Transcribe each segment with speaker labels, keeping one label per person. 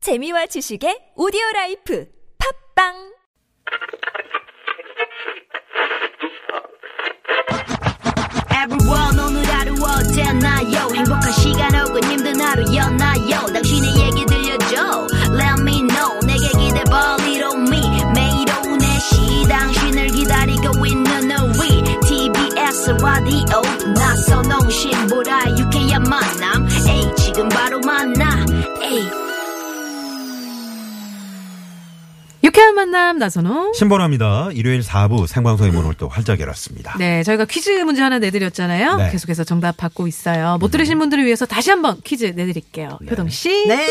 Speaker 1: 재미와 지식의 오디오 라이프 팝빵
Speaker 2: Everyone 오늘 하루 어땠나요 행복한 시간 혹은 힘든 하루였나요 당신의 얘기 들려줘 Let me know 내게 기대 벌리로 me 매일 오후 4시 당신을 기다리고 있는 우리 TBS 라디오 나선홍 신보라 유쾌한 만남 에이 지금 바로 만나 에이
Speaker 3: 유쾌한 만남 나선홍.
Speaker 4: 신보라입니다. 일요일 4부 생방송의 문을 또 활짝 열었습니다.
Speaker 3: 네, 저희가 퀴즈 문제 하나 내드렸잖아요.
Speaker 4: 네. 음.
Speaker 3: 계속해서 정답 받고 있어요. 못 들으신 분들을 위해서 다시 한번 퀴즈 내드릴게요. 효동 씨.
Speaker 5: 네.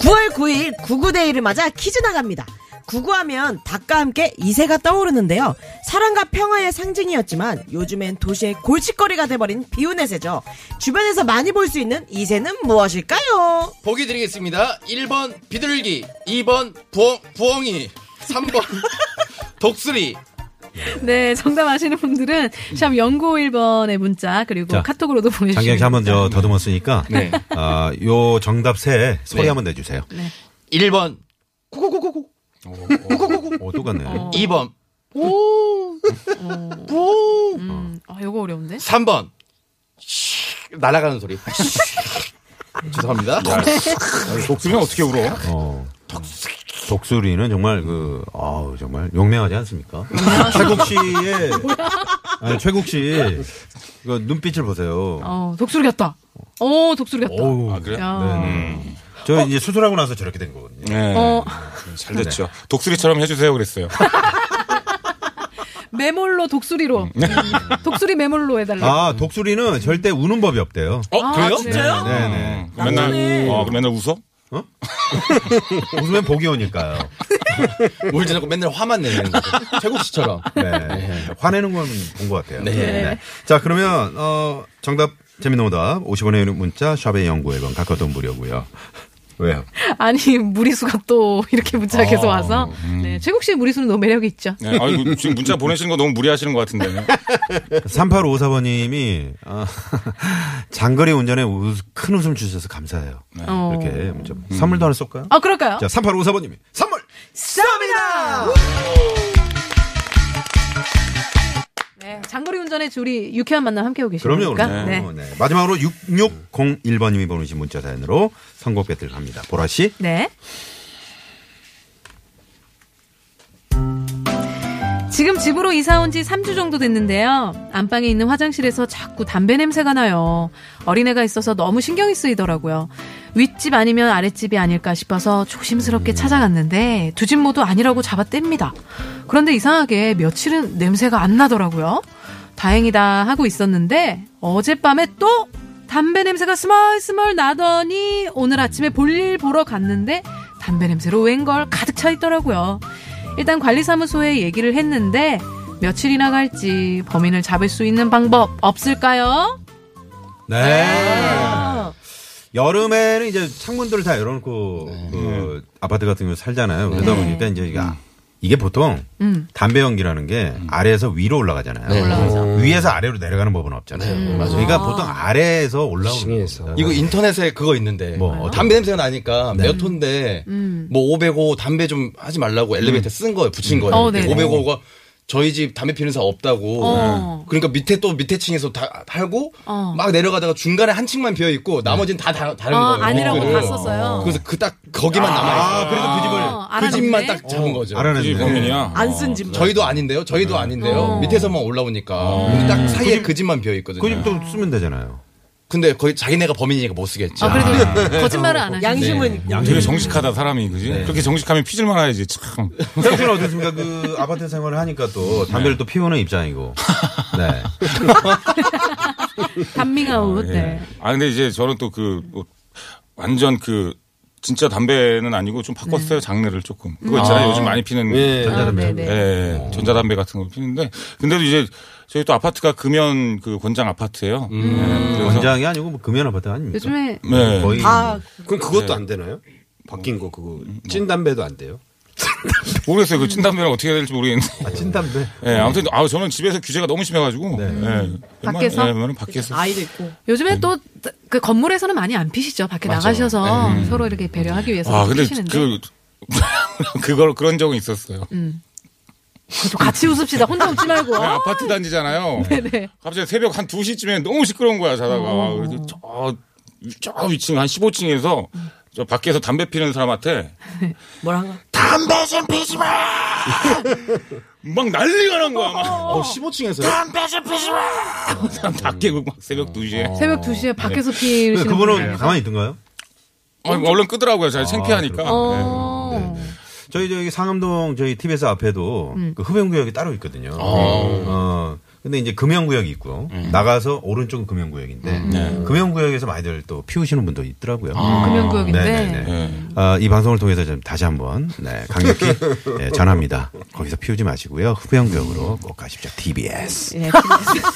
Speaker 5: 9월 9일 99데이를 맞아 퀴즈 나갑니다. 구구하면 닭과 함께 이세가 떠오르는데요. 사랑과 평화의 상징이었지만 요즘엔 도시의 골칫거리가 돼버린 비운의 새죠. 주변에서 많이 볼 수 있는 이새는 무엇일까요?
Speaker 6: 보기 드리겠습니다. 1번 비둘기, 2번 부엉, 부엉이, 3번 독수리.
Speaker 3: 네, 정답 아시는 분들은 샵 0951번의 문자 그리고
Speaker 4: 자,
Speaker 3: 카톡으로도 보내주시면
Speaker 4: 장기영 씨 한번 저 더듬었으니까
Speaker 6: 네.
Speaker 4: 아, 요 정답 세 소리
Speaker 6: 네.
Speaker 4: 한번 내주세요.
Speaker 6: 1번,
Speaker 4: 오, 똑같네.
Speaker 3: 어.
Speaker 6: 2번,
Speaker 3: 음, 아, 요거 어려운데?
Speaker 6: 3번. 날아가는 소리. 죄송합니다.
Speaker 7: 네. 독수리는 어떻게 울어?
Speaker 4: 어. 독수리는 정말 그 아우 정말 용맹하지 않습니까? 최국 씨의 아니, 최국 씨 이거 눈빛을 보세요.
Speaker 3: 어, 독수리 같다. 어, 독수리 같다.
Speaker 4: 어우. 네,
Speaker 7: 그래?
Speaker 3: 야.
Speaker 4: 저 이제 수술하고 나서 저렇게 된 거거든요.
Speaker 7: 네.
Speaker 3: 어,
Speaker 7: 잘 됐죠. 독수리처럼 해주세요 그랬어요.
Speaker 3: 메몰로 독수리로.
Speaker 4: 네.
Speaker 3: 음, 독수리 메몰로 아, 해달라.
Speaker 4: 아 독수리는 절대 우는 법이 없대요.
Speaker 7: 어, 그래요?
Speaker 3: 진짜요?
Speaker 4: 네네.
Speaker 7: 음, 그럼 맨날, 어, 그럼 맨날 웃어?
Speaker 3: 어.
Speaker 4: 웃으면 복이 오니까요.
Speaker 6: 울지 않고 맨날 화만 내는 거죠. 최국 씨처럼.
Speaker 4: 네. 화내는 건 본 것 같아요.
Speaker 6: 네.
Speaker 4: 자, 그러면, 어, 정답, 재밌는 오답, 50원의 유료 문자, 샵의 연구 앨범, 가까운 무료고요 왜요?
Speaker 3: 아니, 무리수가 또 이렇게
Speaker 4: 아.
Speaker 3: 문자 가 계속 와서.
Speaker 4: 음.
Speaker 3: 네, 최국 씨의 무리수는 너무 매력이 있죠.
Speaker 7: 네. 아, 이거 지금 문자 보내시는 거 너무 무리하시는 것 같은데.
Speaker 4: 3854번님이, 어, 장거리 운전에 우- 큰 웃음 주셔서 감사해요.
Speaker 3: 어.
Speaker 4: 이렇게 문자. 음. 선물도 하나 쏠까요?
Speaker 3: 아, 그럴까요?
Speaker 4: 자, 3854번님이 선물!
Speaker 3: 네, 장거리 운전의 줄이 유쾌한 만남 함께하고 계십니까?
Speaker 4: 그럼요, 그럼요.
Speaker 3: 네.
Speaker 4: 네. 마지막으로 6601번님이 보내신 문자 사연으로 선곡 배틀 갑니다. 보라씨.
Speaker 3: 네. 지금 집으로 이사 온 지 3주 정도 됐는데요. 안방에 있는 화장실에서 자꾸 담배 냄새가 나요. 어린애가 있어서 너무 신경이 쓰이더라고요. 윗집 아니면 아랫집이 아닐까 싶어서 조심스럽게 찾아갔는데 두 집 모두 아니라고 잡아뗍니다. 그런데 이상하게 며칠은 냄새가 안 나더라고요. 다행이다 하고 있었는데 어젯밤에 또 담배 냄새가 스멀스멀 나더니 오늘 아침에 볼일 보러 갔는데 담배 냄새로 웬걸 가득 차 있더라고요. 일단 관리사무소에 얘기를 했는데 며칠이나 갈지 범인을 잡을 수 있는 방법 없을까요?
Speaker 4: 네. 여름에는 이제 창문들을 다 열어놓고 그 아파트 같은 경우 살잖아요. 그러다 보니까 이제 이게, 이게 보통
Speaker 3: 음.
Speaker 4: 담배 연기라는 게 아래에서 위로 올라가잖아요. 위에서 아래로 내려가는 법은 없잖아요. 그러니까 보통 아래에서 올라오는 거
Speaker 6: 이거 인터넷에 그거 있는데
Speaker 4: 뭐,
Speaker 3: 아.
Speaker 4: 네. 어떤-
Speaker 6: 담배 냄새가 나니까 몇 톤데
Speaker 3: 음.
Speaker 6: 뭐 505 담배 좀 하지 말라고
Speaker 4: 음.
Speaker 6: 엘리베이터 쓴 거예요 붙인 거예요
Speaker 3: 어, 네네.
Speaker 6: 505가 저희 집 담배 피는 사람 없다고
Speaker 3: 어.
Speaker 6: 그러니까 밑에 또 밑에 층에서 다 팔고
Speaker 3: 어.
Speaker 6: 막 내려가다가 중간에 한 층만 비어 있고
Speaker 4: 네.
Speaker 6: 나머지는 다, 다 다른
Speaker 3: 아,
Speaker 6: 거예요
Speaker 3: 아니라고
Speaker 6: 그거를.
Speaker 3: 봤었어요.
Speaker 6: 그래서 그 딱 거기만 남아 있어요
Speaker 4: 그래서 그 집을 어,
Speaker 6: 그 집만 딱 잡은 거죠
Speaker 7: 이
Speaker 4: 알아냈네.
Speaker 7: 범인이야.
Speaker 5: 안 쓴 집.
Speaker 6: 저희도 아닌데요 저희도
Speaker 4: 네.
Speaker 6: 아닌데요
Speaker 3: 어.
Speaker 6: 밑에서만 올라오니까
Speaker 4: 어.
Speaker 6: 근데 딱 사이에 그 집만 비어 있거든요
Speaker 4: 음. 그집또 쓰면 되잖아요.
Speaker 6: 근데 거의 자기네가 범인이니까 못 쓰겠죠
Speaker 3: 아, 그래도 거짓말을 안 하시네.
Speaker 5: 양심은
Speaker 7: 되게 정직하다 사람이 그지? 그렇게 정직하면 피질 말아야지 참.
Speaker 4: 형수는 어떻습니까? 그 아파트 생활을 하니까 또 담배를 또 피우는 입장이고. 네.
Speaker 3: 단밍아웃. 네.
Speaker 7: 아 근데 이제 저는 또 그 완전 그 진짜 담배는 아니고 좀 바꿨어요 장르를 조금. 그거 네. 있잖아요 요즘 많이 피는
Speaker 4: 전자담배.
Speaker 3: 아, 네네.
Speaker 7: 예, 예. 전자담배 같은 걸 피는데 근데도 이제 저희 또 아파트가 금연 그 권장 아파트예요. 예, 그래서-
Speaker 4: 원장이 아니고 뭐 금연 아파트 아닙니까?
Speaker 3: 요즘에
Speaker 7: 네.
Speaker 4: 거의
Speaker 5: 다
Speaker 8: 그럼 그것도 안 되나요? 바뀐 거 그거 찐 담배도 안 돼요?
Speaker 7: 모르겠어요. 그 찐담배는 어떻게 해야 될지 모르겠는데.
Speaker 4: 아, 찐담배.
Speaker 7: 예, 아무튼 아 저는 집에서 규제가 너무 심해가지고. 예, 웬만-
Speaker 3: 밖에서?
Speaker 7: 예, 웬만하면 밖에서.
Speaker 5: 아이도 있고.
Speaker 3: 요즘에 또 그 건물에서는 많이 안 피시죠. 밖에
Speaker 6: 맞아요.
Speaker 3: 나가셔서
Speaker 6: 네.
Speaker 3: 서로 이렇게 배려하기 위해서
Speaker 7: 아
Speaker 3: 안
Speaker 7: 근데
Speaker 3: 피시는데 음.
Speaker 7: 그 그걸 그런 적은 있었어요.
Speaker 3: 그래도 같이 웃읍시다. 혼자 웃지 말고.
Speaker 7: 네, 아파트 단지잖아요.
Speaker 3: 네네. 어.
Speaker 7: 갑자기 새벽 한 2시쯤에 너무 시끄러운 거야, 자다가. 그래서 저, 위- 저 위층, 한 15층에서 저 밖에서 담배 피는 사람한테
Speaker 5: 뭐라고?
Speaker 7: 담배 좀 피지 마! 막 난리가 난 거야, 막.
Speaker 4: 어, 15층에서.
Speaker 7: 담배 좀 피지 마! 사람 다 깨고 막 새벽 2시에.
Speaker 3: 새벽 2시에 밖에서 피시는
Speaker 4: 그분은
Speaker 3: 분이에요.
Speaker 4: 가만히 있던가요?
Speaker 7: 아, 얼른 끄더라고요,
Speaker 4: 아,
Speaker 7: 잘 창피하니까. 네.
Speaker 3: 어.
Speaker 4: 저희 저기 상암동 저희 TBS 앞에도
Speaker 3: 음.
Speaker 4: 그 흡연구역이 따로 있거든요. 어. 근데 이제 금연구역이 있고요. 나가서 오른쪽은 금연구역인데 금연구역에서 많이들 또 피우시는 분도 있더라고요.
Speaker 3: 음, 금연구역인데.
Speaker 4: 네네네. 아, 이 방송을 통해서 좀 다시 한번 네, 강력히 예, 전합니다. 거기서 피우지 마시고요. 흡연구역으로 꼭 가십시오. TBS.
Speaker 3: 예,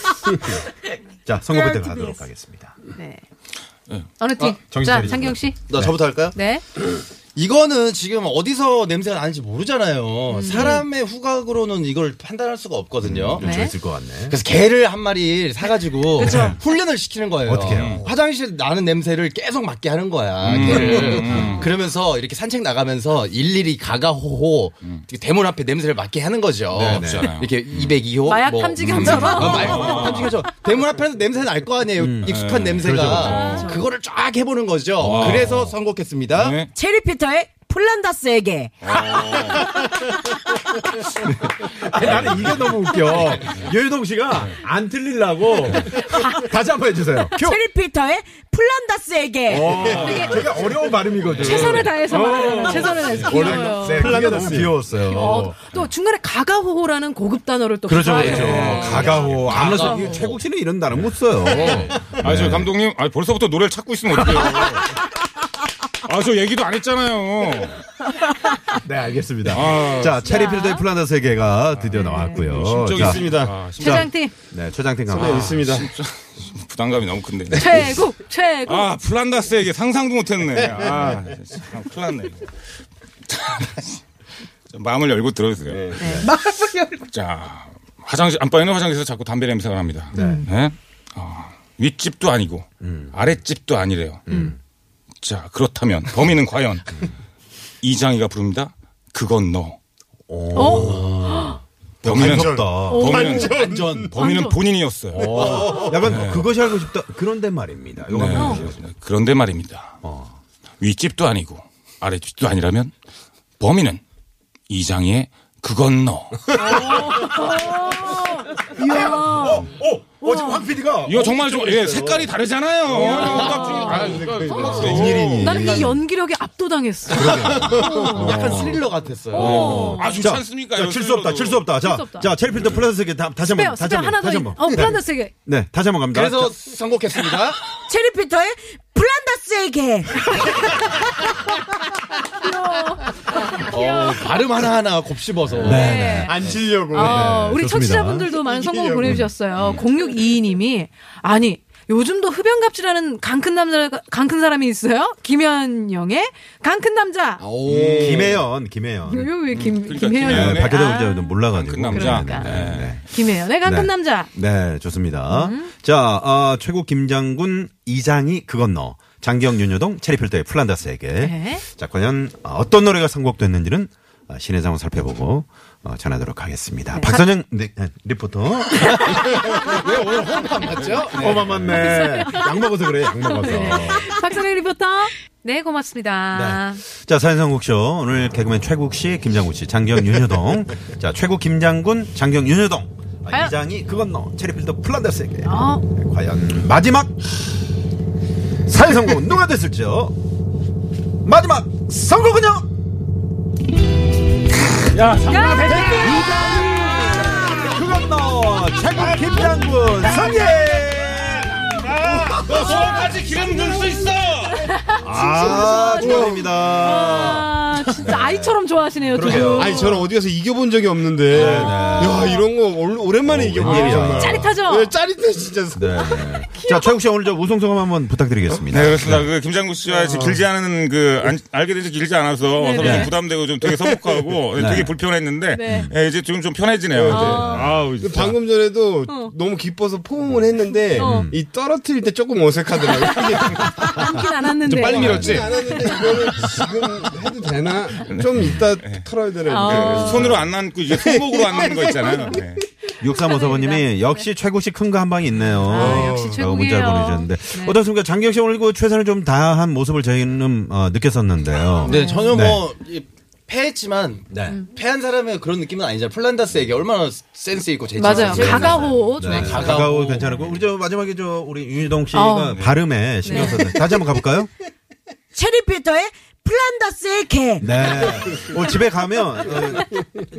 Speaker 4: 자, 선거부 때 가도록 하겠습니다.
Speaker 3: 네. 어느 팀?
Speaker 4: 정신
Speaker 3: 자,
Speaker 4: 차리시고요.
Speaker 3: 상경 씨.
Speaker 6: 나 저부터 할까요?
Speaker 3: 네.
Speaker 6: 이거는 지금 어디서 냄새가 나는지 모르잖아요.
Speaker 3: 음.
Speaker 6: 사람의 후각으로는 이걸 판단할 수가 없거든요.
Speaker 3: 네. 그렇죠.
Speaker 4: 저 있을 것 같네.
Speaker 6: 그래서 개를 한 마리 사가지고 훈련을 시키는 거예요.
Speaker 4: 어떻게 해요? 음.
Speaker 6: 화장실 나는 냄새를 계속 맡게 하는 거야. 개를. 그러면서 이렇게 산책 나가면서 일일이 가가호호 이렇게 대문 앞에 냄새를 맡게 하는 거죠.
Speaker 4: 음. 네, 네.
Speaker 6: 이렇게 202호
Speaker 3: 마약
Speaker 6: 뭐.
Speaker 3: 탐지견처럼.
Speaker 6: 아, 마약 탐지견처럼 대문 앞에서 냄새 날 거 아니에요.
Speaker 4: 음.
Speaker 6: 익숙한
Speaker 4: 네.
Speaker 6: 냄새가
Speaker 3: 아.
Speaker 6: 그거를 쫙 해보는 거죠. 그래서 선곡했습니다.
Speaker 7: 네.
Speaker 5: 체리피터의 플란다스에게.
Speaker 4: 아니, 나는 이게 너무 웃겨. 여유동 씨가 안 틀리려고 다시 한번 해주세요.
Speaker 5: 체리피터의 플란다스에게.
Speaker 4: 되게 어려운 발음이거든. 네,
Speaker 3: 최선을 다해서 말하잖아요. 최선을 다해서. 귀여워요.
Speaker 4: 그게 너무 어. 귀여웠어요.
Speaker 3: 어, 아, 또 중간에 가가호호라는 고급 단어를 또
Speaker 4: 그렇죠,
Speaker 3: 붙여요.
Speaker 4: 그렇죠. 가가호. 아무래도 이게 최국 씨는 이런 단어 못 써요.
Speaker 7: 아,
Speaker 4: 네.
Speaker 7: 저 감독님, 아, 벌써부터 노래를 찾고 있으면 어떡해요. 아, 저 얘기도 안 했잖아요.
Speaker 4: 네, 알겠습니다.
Speaker 7: 아,
Speaker 4: 자, 체리필드의 플란다 세개가 드디어 나왔고요.
Speaker 7: 심적이
Speaker 4: 자,
Speaker 7: 있습니다. 아, 심-
Speaker 3: 최장팀
Speaker 4: 네, 최장팀 감독.
Speaker 8: 있습니다.
Speaker 7: 부담감이 너무 큰데.
Speaker 3: 최고 최고.
Speaker 7: 아, 플란다스에게 상상도 못했네. 아, 참, 큰일 났네. 자, 마음을 열고 들어주세요. 네. 마음을 열고. 자, 화장실, 안방에는 화장실에서 자꾸 담배 냄새가 납니다. 네. 어, 윗집도 아니고, 아랫집도 아니래요. 자, 그렇다면, 범인은 과연, 이장이가 부릅니다. 그건 너. 어? 범인은,
Speaker 4: 반갑다.
Speaker 7: 범인은, 범인은 본인이었어요.
Speaker 4: 약간 그것이 알고 싶다. 그런데 말입니다. 요거
Speaker 7: 네.
Speaker 4: 한번 해주세요.
Speaker 7: 그런데 말입니다. 윗집도 아니고 아랫집도 아니라면 범인은 이장희의 그건 너.
Speaker 4: 어, 지금 황 PD가.
Speaker 7: 이거 정말 좀 예, 색깔이 다르잖아요. 아,
Speaker 4: 음.
Speaker 3: 나는 이 연기력에 압도당했어.
Speaker 6: 약간 스릴러 같았어요.
Speaker 7: 아, 좋지 않습니까?
Speaker 4: 자,
Speaker 7: 이런
Speaker 4: 칠수 없다,
Speaker 7: 스릴러도.
Speaker 4: 칠수 없다. 자,
Speaker 3: 칠수 없다.
Speaker 4: 자, 체리필드 플란다 세개 다시 한
Speaker 3: 스페어
Speaker 4: 번.
Speaker 3: 스페어
Speaker 4: 다시
Speaker 3: 하나
Speaker 4: 한 번.
Speaker 3: 더. 있-
Speaker 4: 다시 한 번.
Speaker 3: 어 플란다
Speaker 4: 네.
Speaker 3: 세게.
Speaker 4: 네, 다시 한 번 갑니다.
Speaker 6: 그래서
Speaker 4: 자,
Speaker 6: 선곡했습니다.
Speaker 5: 체리피터의 플란다스에게.
Speaker 6: 어, 발음 하나하나 곱씹어서.
Speaker 3: 네.
Speaker 8: 안 질려고.
Speaker 3: 어, 우리
Speaker 4: 좋습니다. 음.
Speaker 3: 청취자분들도 많은 성공을
Speaker 8: 이기려고.
Speaker 3: 보내주셨어요. 0622님이 아니 요즘도 흡연갑질하는 강큰 남자 강큰 사람이 있어요? 김현영의 강큰 남자.
Speaker 6: 오.
Speaker 4: 김혜연, 김혜연.
Speaker 3: 이거 왜 김,
Speaker 7: 그러니까
Speaker 3: 김혜연이
Speaker 4: 네,
Speaker 7: 김혜연의
Speaker 3: 네. 아,
Speaker 4: 박혜정 기자는 몰라가지고.
Speaker 7: 큰 남자.
Speaker 4: 네, 네, 네, 네.
Speaker 3: 김혜연의 강큰
Speaker 4: 네.
Speaker 3: 남자.
Speaker 4: 네, 좋습니다. 자, 아, 최고 김장군 이장이 그건 너. 장기영 윤여동 체리필더의 플란다스에게.
Speaker 3: 네.
Speaker 4: 자, 과연 아, 어떤 노래가 선곡됐는지는 아, 신의 상황 살펴보고 어, 전하도록 하겠습니다. 박선영 네, 네, 리포터.
Speaker 6: 왜 오늘 호흡 안 맞죠?
Speaker 4: 어마 맞네. 약 먹어서 그래. 약 먹어서.
Speaker 3: 네. 박선혜 리포터. 네 고맙습니다.
Speaker 4: 자, 사연성국쇼. 오늘 개그맨 최국 씨, 김장군 씨, 장경 윤여동. 자, 최국 김장군, 장경 윤여동. 아,
Speaker 3: 과연-
Speaker 4: 이장이 그건 너. 체리필더 플란다스에게.
Speaker 3: 어,
Speaker 4: 과연 마지막 사회 성공은 누가 됐을지요? 마지막 성공은요? 야, 그건 너 최고 김장군 승리!
Speaker 7: 너 소원까지 기름 넣을 수 있어.
Speaker 4: 아, 축하드립니다.
Speaker 3: 아, 진짜 아이처럼 좋아하시네요, 두
Speaker 4: 그러게요.
Speaker 3: 분.
Speaker 8: 아니 저는 어디 가서 이겨본 적이 없는데
Speaker 6: 네,
Speaker 8: 야 이런 거 올- 오랜만에 이겨보네
Speaker 4: 웬일이야.
Speaker 8: 정말
Speaker 3: 짜릿하죠?
Speaker 8: 네, 짜릿해 진짜
Speaker 4: 네. 자, 최욱 씨 오늘 저 우승 소감 한번 부탁드리겠습니다.
Speaker 7: 네, 그렇습니다. 그 김장구 씨와 지금 길지 않은 그 안- 알게 된 지 길지 않아서 서로
Speaker 3: 네.
Speaker 7: 좀 부담되고 좀 되게 서먹하고 되게 불편했는데
Speaker 3: 네.
Speaker 7: 예, 이제 지금 좀 편해지네요. 이제. 아우,
Speaker 8: 근데
Speaker 7: 진짜.
Speaker 8: 방금 전에도
Speaker 3: 어.
Speaker 8: 너무 기뻐서 포옹을 했는데 이 떨어뜨릴 때 조금 어색하더라고요
Speaker 3: 않긴 않았는데.
Speaker 8: 빨리
Speaker 7: 아.
Speaker 8: 밀었지? 안
Speaker 7: 네.
Speaker 8: 하는데 이거는 지금 해도 되나? 좀 이따 털어야 되는데
Speaker 3: 아.
Speaker 7: 손으로 안 남고 이제 손목으로 안 남는 거 있잖아요. 네.
Speaker 4: 6354번님이 역시 최국 씨 큰 거 한 방이 있네요. 어,
Speaker 3: 아, 역시 최국이에요.
Speaker 4: 문자를 보내주셨는데.
Speaker 3: 네.
Speaker 4: 어떻습니까? 장기혁 씨 오늘 그 최선을 좀 다한 모습을 저희는 어, 느꼈었는데요.
Speaker 6: 네, 전혀
Speaker 4: 네.
Speaker 6: 뭐 이, 패했지만
Speaker 8: 네.
Speaker 6: 패한 사람의 그런 느낌은 아니잖아요. 폴란다스에게 얼마나 센스 있고 재치
Speaker 3: 맞아요.
Speaker 6: 있는
Speaker 3: 가가호.
Speaker 4: 네,
Speaker 3: 좋았어요.
Speaker 6: 가가오.
Speaker 4: 가가오 괜찮고 우리 저 마지막에 저 우리 윤희동 씨가
Speaker 3: 어.
Speaker 4: 발음에 신경
Speaker 3: 네.
Speaker 4: 써서 다시 한번 가볼까요?
Speaker 5: 체리 피터의 플란다스의 개.
Speaker 4: 네. 오늘 집에 가면 어,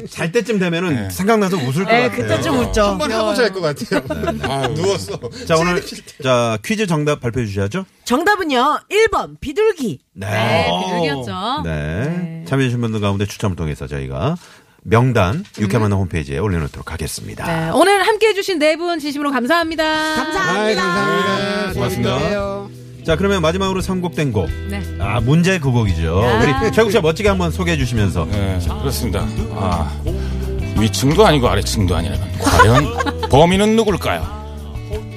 Speaker 4: 잘 때쯤 되면은 생각나서 웃을 것
Speaker 5: 네,
Speaker 4: 같아요.
Speaker 5: 그때쯤 웃죠.
Speaker 8: 한번 하고 잘 것 같아요 누웠어
Speaker 4: 자 오늘 자 퀴즈 정답 발표해 주셔야죠.
Speaker 5: 정답은요, 1번, 비둘기.
Speaker 4: 네.
Speaker 3: 네, 비둘기였죠.
Speaker 4: 네. 참여해주신 분들 가운데 추첨을 통해서 저희가 명단 육회만남 홈페이지에 올려놓도록 하겠습니다.
Speaker 3: 음. 네, 오늘 함께 해주신 네 분 진심으로 감사합니다.
Speaker 8: 아이 감사합니다
Speaker 4: 고맙습니다. 자 그러면 마지막으로 선곡된 곡.
Speaker 3: 네.
Speaker 4: 아 문제 그 곡이죠. 우리 최국 씨가 멋지게 한번 소개해 주시면서
Speaker 7: 네, 그렇습니다. 아, 위층도 아니고 아래층도 아니라면 과연 범인은 누굴까요?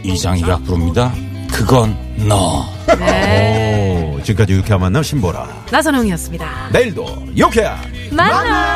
Speaker 7: 이장이가 부릅니다. 그건 너.
Speaker 3: 네.
Speaker 4: 오, 지금까지 육회 만남 신보라.
Speaker 3: 나선홍이었습니다.
Speaker 4: 내일도 육회.
Speaker 3: 만나!